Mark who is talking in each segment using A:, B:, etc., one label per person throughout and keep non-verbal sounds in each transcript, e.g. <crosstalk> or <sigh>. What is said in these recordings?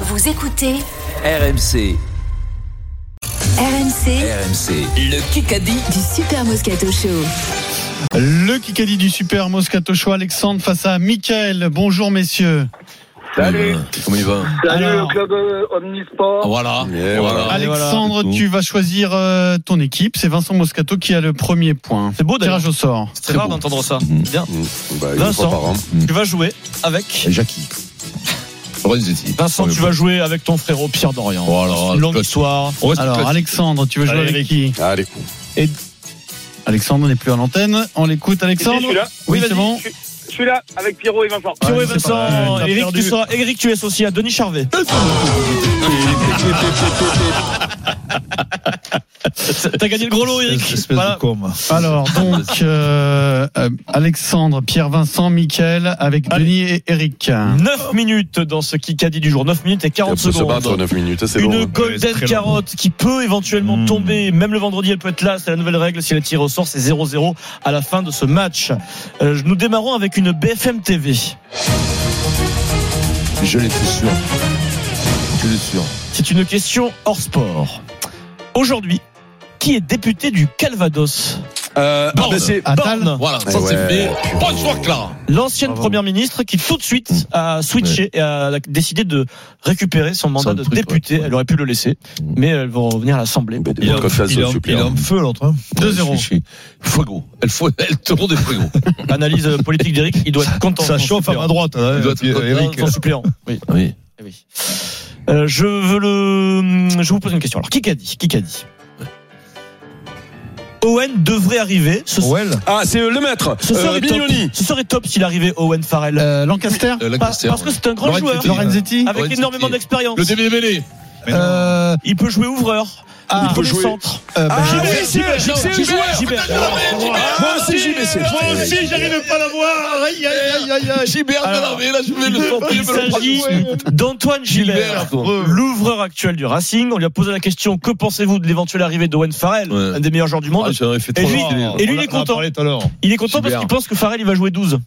A: Vous écoutez
B: RMC,
A: RMC
B: RMC, le Kikadi.
A: du Super Moscato Show.
C: Le Kikadi du Super Moscato Show, Alexandre face à Mickaël. Bonjour messieurs.
D: Salut.
B: Comment il va
D: Salut
C: Alors.
D: le club euh, Omnisport.
B: Voilà.
E: Yeah, voilà.
B: voilà.
C: Allez, Alexandre,
E: voilà.
C: tu vas choisir euh, ton équipe. C'est Vincent Moscato qui a le premier point.
F: C'est beau d'ailleurs.
C: Tirage au sort.
F: C'est rare
E: beau.
F: d'entendre ça.
G: Mm.
E: Mhm.
F: Bien.
E: Bah, une
F: Vincent.
E: fois par an.
F: Tu vas jouer avec.
E: Jackie. Renzetti.
F: Vincent, tu vas jouer avec ton frérot Pierre Dorian.
E: Voilà,
F: Une longue
E: classique.
F: histoire.
C: Alors Alexandre, tu veux jouer
F: Allez,
C: avec
F: avec-
C: qui
E: Allez,
C: Alexandre n'est plus à l'antenne. On l'écoute
D: Je
C: Alexandre
D: suis là.
C: Oui,
F: Vas-y,
C: c'est bon.
D: Je suis- je suis là avec Pierrot et Vincent.
F: Pierrot et
E: Ah,
C: Ouais, c'est pas
F: Vincent,
C: mal. T'as
F: Eric,
C: perdu.
F: tu sois, Eric, tu es associé à Denis
E: <laughs>
F: Charvet. T'as gagné le gros lot, Eric. Voilà. <laughs>
C: Alors donc euh, euh, Alexandre, Pierre Vincent, Mickaël avec
F: Allez.
C: Denis et Eric.
F: 9 minutes dans ce Kikadi du jour. 9 minutes et
E: on
F: 40
E: peut se
F: secondes.
E: battre 9 minutes, c'est
F: Une
E: bon. hein.
F: golden carotte qui peut éventuellement
E: Hmm.
F: tomber, même le vendredi elle peut être là, c'est la nouvelle règle, si elle tire au sort c'est 0-0 à la fin de ce match. Euh, nous démarrons avec une BFM TV.
G: Je l'étais sûr. Je l'ai sûr.
F: C'est une question hors sport. Aujourd'hui, qui est député du Calvados
G: Euh,
F: Borne.
G: ben c'est-
C: Attal
F: Borne,
G: voilà, ça
E: Ouais,
G: c'est fait.
E: putain.
G: Bonsoir Clara.
F: l'ancienne
C: Bravo.
F: première ministre qui tout de suite a switché et a décidé de récupérer son mandat
G: Son
F: de
G: truc,
F: député.
G: ouais.
F: Elle aurait pu le laisser,
G: Mm.
F: mais elle va revenir à l'Assemblée.
E: Bah, des bonnes confesses, s'il vous plaît, hein.
F: feu l'autre. 2-0.
G: Fuego. Elle, faut, elle te rend des fuego.
F: Analyse euh, politique d'Eric, il doit être content. <laughs> Ça chauffe à ma droite, hein,
G: Il doit être Eric.
F: Son suppléant. Oui.
G: Oui.
F: Eh oui. Euh, je veux le. Je vous pose une question. Alors, qui qu'a dit Qui qu'a dit Owen devrait arriver. Ce,
G: Ah, c'est euh, le maître.
F: ce serait
G: Euh,
F: top.
G: Mignoni.
F: Ce serait top s'il arrivait Owen Farrell.
C: Euh, Lancaster,
G: Euh,
F: Pa-
G: Lancaster,
F: parce que
G: ouais.
F: c'est un grand
G: Lorenzetti.
F: joueur Ah,
C: Lorenzetti,
F: avec
G: Lorenzetti.
F: énormément d'expérience.
G: Le début mêlé.
C: euh,
F: Il peut jouer ouvreur.
C: Ah,
F: il peut
G: il peut
F: jouer
G: jouer-
F: centre.
C: euh, Ah, bah,
G: Ah, oui,
F: Gilbert,
G: Gilbert, Gilbert,
F: c'est le
G: Gilbert,
F: joueur.
G: Ah, Gilbert.
F: Gilbert.
G: Moi aussi, JBC.
F: j'arrive pas à l'avoir. Aïe, aïe, aïe, aïe.
G: Gilbert,
F: Alors,
G: non, non, <laughs> mais là, je vais le
F: Il s'agit d'Antoine Gilbert,
G: Gilbert, quoi.
F: l'ouvreur actuel du Racing. On lui a posé la question que pensez-vous de l'éventuelle arrivée d'Owen Farrell,
G: Ouais. Ah,
F: un des meilleurs joueurs du monde
G: Et
F: Et lui, et lui, il est content. Il est content parce
G: Gilbert. Ah,
F: qu'il pense que Farrell il va jouer 12.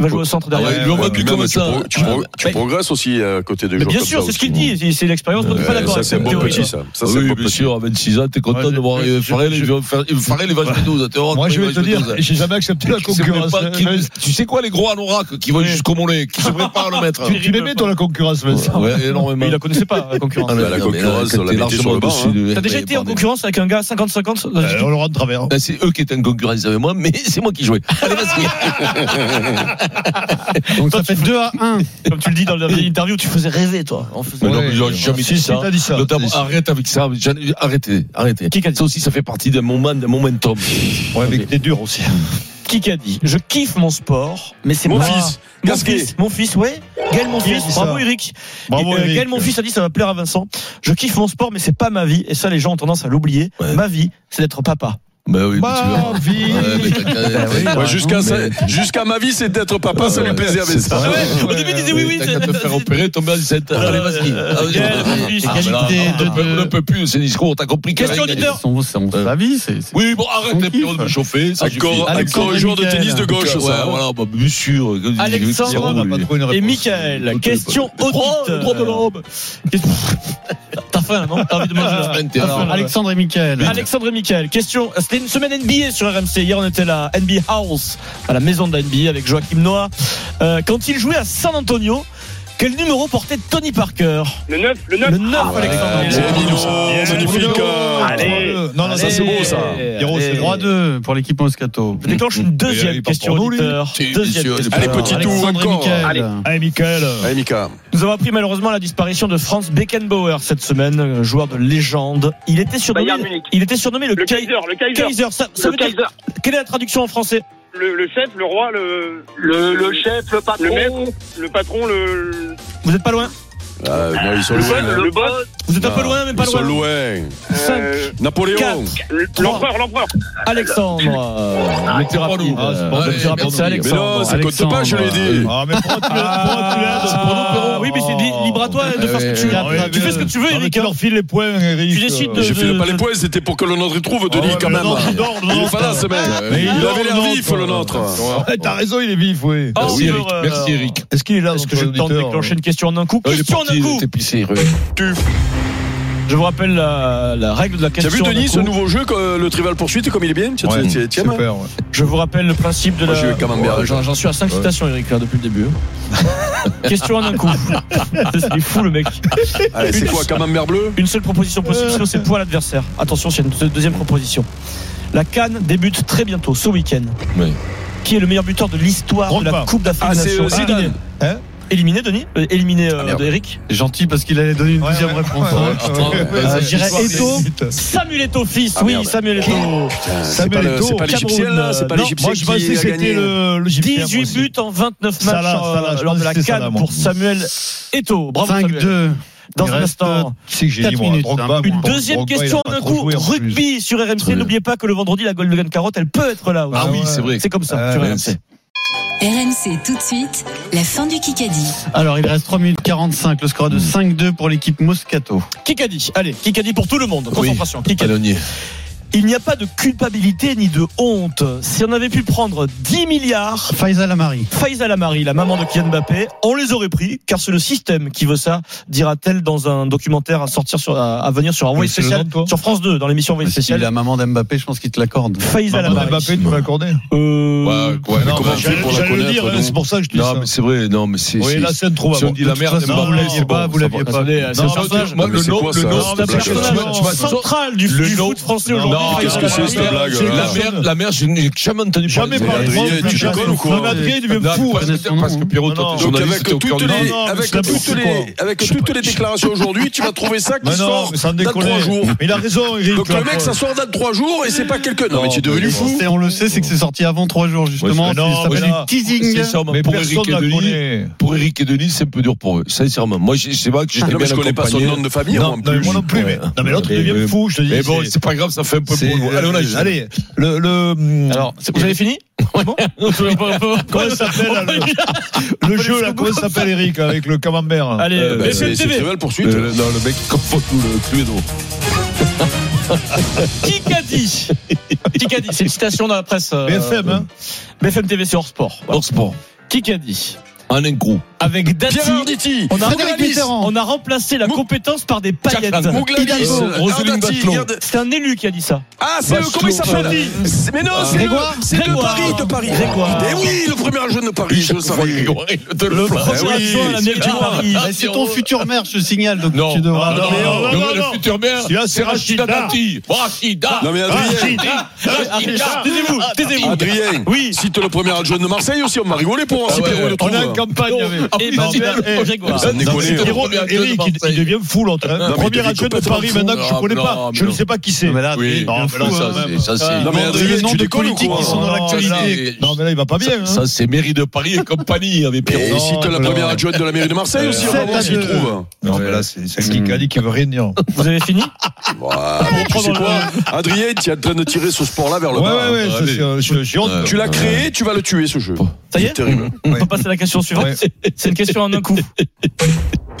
F: Il va jouer au centre derrière.
G: Il lui aurait plus
E: Puis même,
G: comme
E: tu,
G: ça.
E: pro- tu, pro- tu
F: Ouais.
E: progresses aussi euh, à côté de
F: Mais
E: joueurs
F: bien
E: comme
F: sûr,
E: ça
F: c'est ce
E: aussi.
F: qu'il
G: hein.
F: dit. c'est- C'est l'expérience. On n'est pas
E: Ouais,
F: d'accord.
E: ça
F: avec
E: c'est un
F: cette
E: bon
F: théorie.
E: petit ça. Ça c'est
G: Ah
E: un
G: Oui,
E: bon
G: bien
E: petit.
G: sûr, à 26 ans, t'es content
H: Ouais,
G: de
H: Ah, je-
G: voir
H: je-
G: euh, Farrell,
H: je-
G: il va faire, Farrell, il va jouer 12. t'es heureux,
H: Moi, je
G: il
H: vais
G: va
H: te
G: jouer
H: dire,
G: 12.
H: j'ai jamais accepté la
G: Tu sais, même
H: concurrence.
G: pas qui-
H: Mais
G: tu sais quoi, les gros anorak qui vont jusqu'au mollet, qui se préparent à le mettre
H: <laughs> Tu l'aimais, toi, la concurrence, Vincent
G: Ouais, énormément.
F: Mais il la connaissait pas, la concurrence.
G: Ah, mais
E: La
G: non, mais
E: concurrence,
G: quand
E: on la
G: t'es
E: mettait sur le
G: largement
E: banc,
G: au-dessus
E: hein.
G: de-
F: T'as déjà
G: Ouais,
F: été en
G: pardon.
F: concurrence avec un gars à 50-50 dans la
H: Euh, On le rend de travers.
G: Ben, c'est eux qui étaient en concurrence avec moi, mais c'est moi qui jouais. Allez, vas-y.
C: donc ça fait 2 à 1.
F: Comme tu le dis dans
G: <laughs>
F: la dernière interview, tu faisais rêver, toi. On faisait-
G: Mais non,
H: Ouais,
G: mais j'aurais
H: ouais.
G: jamais
H: Si,
G: dit
H: si,
G: ça.
H: t'as dit ça.
G: Notamment,
H: T'as dit ça.
G: arrête avec ça. j'en ai- Arrêtez, arrêtez.
F: Qui qu'a dit
G: Ça aussi, ça fait partie d'un moment, d'un momentum.
H: Ouais, avec des durs aussi.
F: Qui qu'a dit Je kiffe mon sport, mais c'est
G: Mon
F: pas-
G: fils,
F: Mon
G: Gasquet.
F: fils, mon fils, ouais. Gaël, mon
H: Qui a
F: fils.
H: dit ça
F: Bravo, Eric.
H: Bravo,
F: Et, euh, Gaël,
H: Eric.
F: mon fils, a dit ça va plaire à Vincent. Je kiffe mon sport, mais c'est pas ma vie. Et ça, les gens ont tendance à l'oublier.
G: Ouais.
F: Ma vie, c'est d'être papa.
H: Bah,
G: Ben oui, mais tu
H: Ma
G: vois.
H: vie.
G: Ouais, mais t'as- t'as-
F: oui,
H: <laughs>
G: t'as-
E: Ouais, Jusqu'à
G: Mais-
E: ça- jusqu'à ma vie, c'est d'être papa, ça lui plaisait avec
G: Ah
E: ça.
G: ouais,
F: Au début, il disait oui, oui,
G: T'as
F: c'est-
G: qu'à te faire opérer, tomber enceinte. Allez, vas-y.
F: Euh,
G: Ah, oui.
F: Gaël, oui, c'est
G: Ah, mais là,
C: qualité
G: on ne
C: de-
G: peut- On ne peut plus, ces discours. T'as compris que-
F: Question auditeur.
C: On sa vie, c'est c'est-
G: Oui, bon, arrête les pions de me chauffer. Ça suffit.
E: Encore encore
C: Alexandre
E: un joueur de
C: Michael.
E: tennis de gauche,
G: Ouais,
E: ça.
G: voilà, bah, bien sûr.
F: Alexandre,
G: Zéro,
H: On n'a pas
G: lui.
H: trouvé une
F: Et
H: réponse.
F: Michael, question
G: Oh, le droit de
F: auditeur.
G: l'homme.
F: Question- T'as faim, non T'as envie de manger là
G: Intéressant.
F: Alors,
C: Alors, Alexandre et Mickaël.
F: Alexandre et Michael, question. C'était une semaine NBA sur RMC. Hier, on était là, NBA House, à la maison de la NBA avec Joachim Noah. Euh, quand il jouait à San Antonio, quel numéro portait Tony Parker
D: Le 9, le 9.
F: Le 9, Alexandre.
E: Bien, Mino,
H: Yes,
E: magnifique.
H: Bruno.
E: euh,
D: Ah, Allez.
H: Euh, Non, non, ça
F: Allez.
H: c'est beau, ça. Hiro, c'est
F: Allez.
H: droit.
C: 3-2 pour l'équipe Moscato.
F: Je déclenche une
G: Et il
F: deuxième
G: part
F: question
G: pour nous, lui.
F: auditeur.
G: Si,
F: Deuxième
G: monsieur,
F: question.
E: Allez, petit tour
C: Alexandre et
E: encore.
C: Mickaël.
E: Allez.
H: Allez, Michael.
E: Allez, Mika.
F: Nous avons appris malheureusement la disparition de Franz Beckenbauer cette semaine, euh, joueur de légende. Il était surnommé,
D: Bayern Munich.
F: il était surnommé le,
D: Le
F: Kai-
D: Kaiser, le Kaiser.
F: Kaiser. Ça, ça
D: Le
F: veut dire-
D: Kaiser.
F: quelle est la traduction en français
D: Le, le chef, le roi, le.
I: Le, le chef, le patron,
D: Le maître, le patron, le.
F: Vous êtes pas loin
E: Ah, non, ils sont
D: Le,
E: loin. hein.
D: le boss,
F: Vous êtes un peu
E: Non,
F: loin, mais pas
E: Ils sont
F: loin.
E: loin.
F: Cinq.
D: euh,
E: Napoléon.
D: l'empereur, l'empereur.
F: Alexandre. euh, le plus
G: c'est pas
F: rapide.
G: nous.
F: Ah, c'est
G: Ouais,
F: pas- le plus
G: merci,
F: rapide, c'est
G: Alexandre.
E: Mais non,
F: Alexandre.
E: ça compte pas, je l'ai dit.
H: Ah, mais pourquoi tu l'as- pourquoi tu l'as
F: Ah,
H: C'est pour nous, Perrault.
F: oui, mais c'est li- libre libre à toi de faire ce que tu
G: Eh
F: veux. Tu fais ce que tu veux, Eric. hein.
H: Tu leur files les points, Eric.
F: Tu décides de-
E: J'ai fait le pas les points, c'était pour que le nôtre y trouve, Denis, quand même. Il est falace, ce mec.
G: Mais
E: Il avait l'air vif, le nôtre.
H: Eh, T'as raison, il est vif, oui.
F: Ah,
G: Merci,
F: sur,
G: Eric.
F: euh,
G: Merci, Eric.
H: Est-ce qu'il est là
F: Est-ce que je tente déclencher une question en un coup
G: Ah, il est
F: Question en
G: parti,
F: un
G: il
F: coup
G: était pissé, Eric.
F: Je vous rappelle la, la règle de la
E: T'as
F: question.
E: vu,
F: en un
E: Denis, ce
F: coup.
E: nouveau jeu, que, le Trivial Poursuite, comme il est bien Tiens, tiens, tiens, tiens, hein.
F: Je vous rappelle le principe de
E: Moi, j'y
F: la.
E: vais quand même bien.
F: Ouais, J'en j'en suis à 5 citations, Eric, là, depuis le début. question en un coup. Il est fou, le mec.
E: Allez, c'est quoi, camembert bleu
F: Une seule proposition possible, sinon c'est poids à l'adversaire. Attention, c'est une deux- deuxième proposition. La Cannes débute très bientôt, ce week-end.
G: Oui.
F: Qui est le meilleur buteur de l'histoire de la
H: Drogba.
F: Coupe d'Afrique
E: Ah,
F: des
E: c'est,
F: Nations
E: euh, Zidane. Ah,
F: Éliminé.
H: Hein
F: Éliminé, Denis Euh, Éliminé, euh,
E: merde.
F: de Eric
C: Gentil parce qu'il allait donner une deuxième réponse. hein.
F: Euh, je dirais Eto'o.
H: Eto'o.
F: Samuel Eto'o, fils. oui,
E: Ah, merde.
F: Samuel Eto'o.
E: C'est pas le- c'est pas l'Égyptien, là C'est pas
H: Non,
E: l'Égyptien
H: moi je
E: qui
H: pensais que
E: a
H: c'était
E: gagné euh,
H: le, le Gypsy,
F: 18
H: moi aussi.
F: buts en 29 matchs
H: Salah,
F: euh,
H: Salah, je
F: lors de
H: pense
F: la
H: que c'est Salah,
F: Cannes
H: moi.
F: pour Samuel Eto'o. Bravo, Samuel.
C: 5-2.
F: Dans
H: Il
F: un
H: reste,
E: euh,
F: instant.
H: Tu sais que j'ai
F: quatre
H: dit, moi,
C: minutes,
H: Drogba,
G: Ah
C: hein.
H: moi,
F: Une
H: Drogba,
F: deuxième
H: Drogba, il a
F: question en
H: pas
F: un
H: trop
F: coup.
H: joué, en plus.
F: Rugby sur RMC.
G: Très bien.
F: N'oubliez pas que le vendredi, la Golden Carotte, elle peut être là. aussi.
G: Ah oui, c'est vrai.
F: C'est comme ça
H: Ah,
F: sur
G: ouais.
F: RMC.
A: RMC tout de suite, la fin du Kikadi.
C: Alors, il reste 3 minutes 45. Le score est de 5-2 pour l'équipe Moscato.
F: Kikadi, allez, Kikadi pour tout le monde. Concentration, Kikadi.
G: Allez, on y est.
F: Il n'y a pas de culpabilité ni de honte. Si on avait pu prendre 10 milliards,
C: Faisal Amari.
F: Faisal Amari, la maman de Kylian Mbappé, on les aurait pris, car c'est le système qui veut ça, dira-t-elle dans un documentaire à sortir sur, à, à venir sur un
H: c'est le
F: spécial,
H: nom, toi
F: sur France 2, dans l'émission Envoyé
C: Si
F: spécial.
C: la maman d'Mbappé, je pense qu'il te l'accorde.
F: Faisal
H: Maman
F: Amari.
H: Mbappé, tu vas l'accorder
F: Euh,
G: Ouais, ouais,
H: Non,
G: comment
H: mais
G: on fait
H: j'allais-
G: pour la
H: j'allais le
G: connaître,
H: dire, hein,
G: nous
H: c'est pour ça que je te dis
G: Non,
H: ça.
G: mais c'est vrai, non, mais c'est.
H: Oui,
G: c'est-
H: là, c'est introuvable.
G: Si on dit
H: De
G: la
H: toute
G: merde,
H: façon,
G: Mbappé,
H: vous l'aviez
G: c'est
H: pas,
G: bon,
H: vous
G: ça
H: l'aviez
G: va.
H: pas.
F: Attendez, c'est un
H: Non,
F: personnage.
G: Moi, le
E: c'est
G: nom,
E: quoi,
G: le
E: ça,
G: nom,
E: cette
F: C'est un
G: tu vas- tu
E: blague,
G: vas-
F: personnage
G: tu vas-
F: central du,
G: Le
F: du
G: nom-
F: foot français
H: Non,
F: aujourd'hui.
G: Non, qu'est-ce que c'est cette blague
H: c'est
G: La
H: le-
G: merde, la merde, je n'ai jamais entendu
H: Jamais
G: parler.
H: parlé.
E: Adrien,
H: Moi,
E: tu
H: plus
E: déconnes
H: personne.
E: ou quoi
H: Non, mais Adrien, il devient
G: Non,
H: fou.
G: parce que- parce que Pierrot, toi,
H: Non,
G: t'es
H: non.
E: Donc
G: journaliste,
E: avec
G: t'es au
E: toutes
G: courant de
E: les,
G: tout.
H: Non, non,
E: avec
H: je la pousse,
E: toutes
H: quoi.
E: les, avec toutes les déclarations aujourd'hui, tu vas trouver ça qui
H: Mais non,
E: sort
H: mais sans
E: dans
H: déconner.
E: trois jours.
H: Mais il a raison, Eric.
E: Donc
H: la
E: le mec,
H: preuve.
E: ça sort dans trois jours et c'est pas quelqu'un. Non mais tu es devenu
C: Et
E: fou.
C: on le sait, c'est que c'est sorti avant 3 jours, justement.
H: Ouais, mais non,
C: ça s'appelle
H: mais là,
C: du teasing.
G: C'est ça, mais
H: Mais
G: pour
H: personne
G: Eric et
H: la
G: Denis,
H: connaît.
G: pour Eric et Denis, c'est un peu dur pour eux, sincèrement. Moi, je sais pas que j'étais
E: Non, mais
G: bien
E: je connais pas son
G: accompagné.
E: nom de famille. moi, en
H: Non,
E: plus.
H: non, moi non plus. mais-
G: Ouais.
H: Non, mais l'autre
G: Mais-
H: devient fou, je te dis.
G: Mais bon,
H: c'est-
G: c'est pas grave, ça fait un peu
H: c'est-
G: pour nous. Allez, on a
H: Allez, le. le
F: Alors, c'est- vous avez fini C'est <laughs> bon
H: Comment ça
F: <laughs>
H: s'appelle là, le, le jeu là Comment ça s'appelle Eric avec le camembert là
F: Allez,
G: Euh,
E: Ben,
G: mais
E: C'est
F: BFM
E: c'est
F: TV.
E: Trivial poursuite.
G: Non, le mec, comme faut tout le Cluedo.
F: Kikadi. Kikadi, c'est une citation dans la presse. euh,
H: BFM, hein
F: BFM TV, c'est hors sport. Voilà.
G: Hors sport.
F: Kikadi.
G: En un coup.
F: Avec Dati,
E: Pierre Arditi,
F: on a,
C: Frédéric
F: remplacé-
C: Mitterrand.
F: on a remplacé la
E: Mou-
F: compétence par des paillettes.
G: Jack Lang.
E: Mougladis,
G: Hidalgo, Roselyne
E: Arditi.
G: Bachelot.
E: regarde.
F: C'est un élu qui a dit ça.
E: Ah c'est le
G: Bachelot,
E: comment il s'appelle
G: voilà.
E: C'est- Mais non, c'est le
C: Grégoire
E: c'est de
F: Grégoire.
E: Paris, de Paris.
F: Grégoire.
E: Mais oui, le premier jeune de Paris, je le savais.
G: Le
E: premier
G: premier
E: adjoint à la
F: mairie de Paris.
C: Mais Ah, C'est ton futur maire, je signale. Donc
G: Non.
C: tu devras.
G: Non, mais
H: non, non,
G: le
H: non.
G: futur maire,
H: Celui-là, c'est
G: c'est Rachida
H: Rachida.
G: Dati. Rachida.
E: Non mais Adrien,
F: Richard, Taisez-vous, taisez-vous.
E: Adrien,
F: Oui.
E: cite le premier adjoint de Marseille aussi, on m'a rigolé pour voir si
G: Ah ouais,
E: Pierrot le
H: On
E: trouve.
H: est en campagne avec.
F: Et
H: Non, mais-
F: Mathieu Grégoire.
E: Ça déconne,
H: c'est
E: hein.
H: Pierrot,
G: Premier adjoint de
H: Eric, il- il
G: Marseille.
H: devient fou l'autre.
G: Non,
H: hein.
G: mais il
H: Premier
G: devient
H: adjoint de
G: complètement
H: Paris
G: fou.
H: maintenant que je
G: Ah,
H: connais
G: non,
H: pas. Je
G: mais
H: ne
G: non.
H: sais pas qui c'est.
C: Non, mais là, t'es-
H: Non, mais là, ça, c'est-
G: ça, c'est.
E: Non, mais Adrien,
C: le nombre
E: tu
C: de
E: déconnes ou
C: politiques
E: quoi
C: qui sont dans
G: Non,
C: l'actualité.
G: mais Oh là,
H: Non, mais là, il va pas bien. hein.
G: Ça, c'est mairie de Paris et compagnie hein, avec
E: Et
G: Pierrot.
E: si t'as la
H: non.
E: première adjointe de la mairie de Marseille aussi, on va
C: Sept à
E: voir s'il
C: deux.
E: trouve.
H: Non, mais là, c'est c'est le geek a dit qui veut rien dire.
F: Vous avez fini
E: Bah, tu sais quoi Adrien, tu es en train de tirer ce sport-là vers le
H: Ouais,
E: bas.
H: ouais, ouais, ça, c'est un- je suis honte.
E: Tu l'as créé, tu vas le tuer ce jeu.
F: Ça y est
E: C'est terrible.
F: On peut passer à la question suivante.
H: Ouais.
F: <laughs> C'est une question en un coup.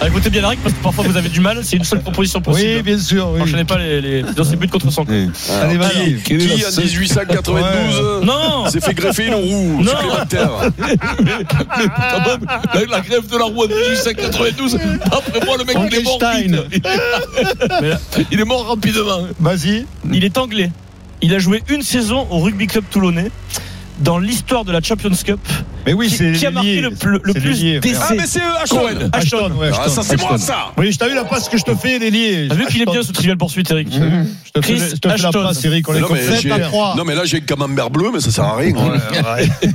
F: Ah, écoutez bien la règle parce que parfois vous avez du mal. C'est une seule proposition
H: Oui,
F: possible.
H: bien sûr. oui.
F: Enchaînez pas les, les dans ses buts contre son camp.
H: Allez, vas-y.
G: Qui est
E: Qui
G: la
E: en
G: seule-
E: 1892
F: Non,
E: s'est fait greffer une roue
F: Non.
E: supplémentaire
F: Ah.
G: Quand même, la, la grève de la roue en
F: <laughs>
G: 1892, après moi, le mec, il est mort
C: Frankenstein.
G: vite. Mais là, Il est mort rapidement.
H: Vas-y.
F: il est anglais. Il a joué une saison au rugby club toulonnais. Dans l'histoire de la Champions Cup,
H: Mais oui,
F: qui,
H: c'est.
F: qui a marqué
H: lié.
F: le, pl- le
H: C'est
F: plus
H: lié, frère.
E: Ah,
F: d'essais.
E: mais c'est eux,
G: Cohen.
E: Ashton
H: Ashton, ouais.
E: Ah, ça, c'est
H: Ashton.
E: moi, ça
H: Oui, je t'as vu la passe que je te fais, les liés.
F: T'as vu qu'il est bien ce trivial poursuite, Eric
H: Je te Mmh. fais,
F: Chris
H: je te fais la
F: Ashton.
H: passe, Eric. On est
E: Non,
H: comme
E: mais
H: sept
E: j'ai-
H: à trois.
E: Non, mais là, j'ai un camembert bleu, mais ça sert à rien. hein.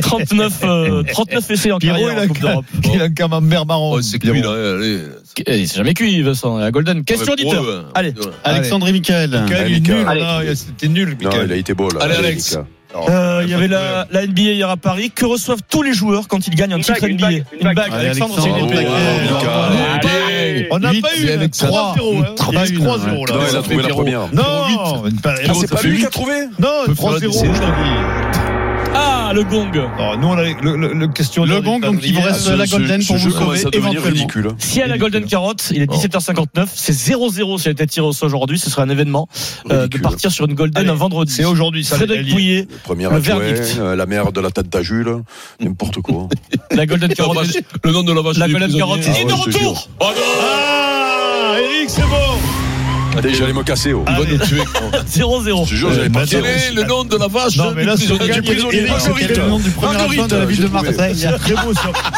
F: 39,
H: <laughs>
F: euh, 39 essais en
H: Pierrot, il
F: carrière
H: a
F: en Coupe d'europe.
H: un- <laughs> il a un camembert marron.
G: Oh, c'est cuit, là. Allez.
F: Eh, Il s'est jamais cuit, Vincent, la Golden. Question
G: Ouais, pour
F: auditeur.
G: eux, hein.
F: Allez.
G: Ouais.
C: Alexandre et Michael.
H: Michael,
E: Allez,
H: il est
E: Mika.
H: nul,
E: Allez.
H: là. C'était nul,
E: Non,
H: Michael.
E: il a été beau, là.
G: Allez, Alex.
E: Mika.
F: Euh, il y avait la, la NBA hier à Paris. Que reçoivent tous les joueurs quand ils gagnent un
D: Une
F: titre
D: bague, une
F: NBA
D: bague, une bague.
C: Allez,
F: Alexandre, c'est
C: Alexandre,
F: une
E: bravo,
F: épée.
E: bravo,
F: Ouais,
E: Mika.
F: ouais.
G: Allez.
H: On n'a
C: Huit,
H: pas eu
G: c'est
H: là.
G: Alexandre.
H: 3 0 hein.
C: Trois,
H: Il
C: une,
H: reste 3-0
C: ouais.
E: Non, il a
H: là.
E: trouvé la
G: Pierrot.
E: première.
H: Non,
E: Ah, c'est pas lui qui a trouvé
H: Non,
G: Peut faire
H: 3-0
G: la
H: aujourd'hui.
F: Ah, Ah, le gong.
H: Non, nous, on a les- le, le- le question.
C: Le
H: du
C: gong, donc il vous
H: calendrier.
C: reste la Golden pour vous sauver, éventuellement.
E: ridicule.
F: Si à la Golden Carotte, il est
H: Oh.
F: 17h59, c'est 0-0 si elle était tirée au sol aujourd'hui, ce serait un événement euh, de
E: Ridicule.
F: partir sur une Golden
H: Allez,
F: un vendredi.
H: C'est aujourd'hui, ça. les
F: Frédéric
H: alliés.
F: Pouillet,
E: Première
F: Le
E: à jouer,
F: verdict.
E: euh, la mère de la tête d'Ajule, n'importe quoi.
F: la Golden
G: La
F: Carotte.
G: vache- Le nom de la vache.
F: La
G: du
F: Golden
G: prisonnier.
F: Carotte
E: Ah
F: est
E: ouais,
F: de
E: je te
F: retour.
G: Oh non
H: Ah, Eric, c'est bon.
E: Allez, j'allais me casser. Oh.
G: Il va nous tuer, gros.
F: 0-0.
E: Je te jure, j'allais
H: Euh,
E: pas
H: bah,
E: dire.
G: Quel est le nom de la vache
H: Non, mais
G: du
H: là, c'est
G: prisonnier
E: du prisonnier.
C: Eric, c'était le nom du premier
E: Marguerite,
C: adjoint de la ville de
E: j'ai trouvé.
C: Marseille.
H: C'est très beau, ça.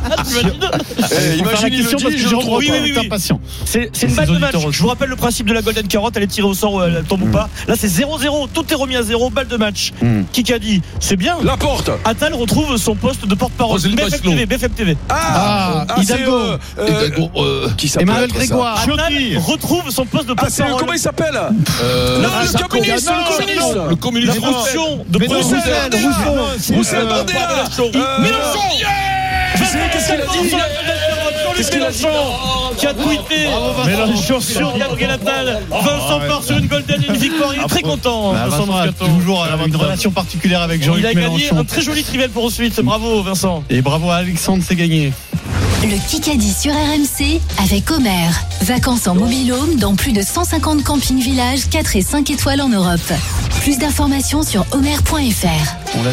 E: Eh,
C: On va faire la
E: Imagine, il le
C: question parce que
E: dit, je
C: Jérôme
E: trouve
C: Rotten
F: oui, oui,
C: est
F: oui.
C: impatient.
F: C'est c'est une
C: Ces
F: balle de match.
C: auditeurs
F: Je vous rappelle le principe de la Golden Carotte, elle est tirée au sort, ou elle tombe ou pas. Là, c'est 0-0, tout est remis à zéro, balle de match.
C: Mm.
F: Kikadi, c'est bien.
E: La porte
F: Attal retrouve son poste de porte-parole.
G: Oh, c'est le
F: BFM
G: Breslau.
F: TV, BFM TV.
E: Ah,
C: Ah,
E: c'est,
C: Hidalgo.
E: euh, euh,
G: Et donc, euh,
E: Qui s'appelle
C: Emmanuel
E: après ça
C: Grégoire,
F: Attal retrouve son poste de
E: Ah, c'est, euh,
F: porte-parole.
E: comment il s'appelle
G: euh,
E: Non,
G: ah,
E: le
G: Sarko.
E: communiste,
G: Non,
E: le communiste.
G: non, Le communiste
F: La fonction de
H: Mais non,
F: Bruxelles.
E: Roussel,
F: Roussel.
H: c'est-
E: Roussel
H: euh,
E: Bandela Euh,
F: Vincent
E: Qu'est-ce qu'il a dit
F: Mélenchon, Jean-Luc
E: Qu'est-ce qu'il a dit
F: Mélenchon, qui a tweeté
H: Mélenchon.
F: sur Gabriel Attal. Vincent part sur une golden et une victoire. Il est très content.
C: Bah,
F: Vincent
C: Vincent a
F: Moscato.
C: toujours une relation particulière avec
F: Il a
C: Jean-Luc
F: gagné un
C: Mélenchon.
F: très joli trivel pour ensuite. Bravo, Vincent.
C: Et bravo à Alexandre, c'est gagné.
A: Le Kikadi sur RMC avec Omer. Vacances en mobilhome dans plus de 150 campings villages 4 et 5 étoiles en Europe. Plus d'informations sur omer.fr.
C: On l'a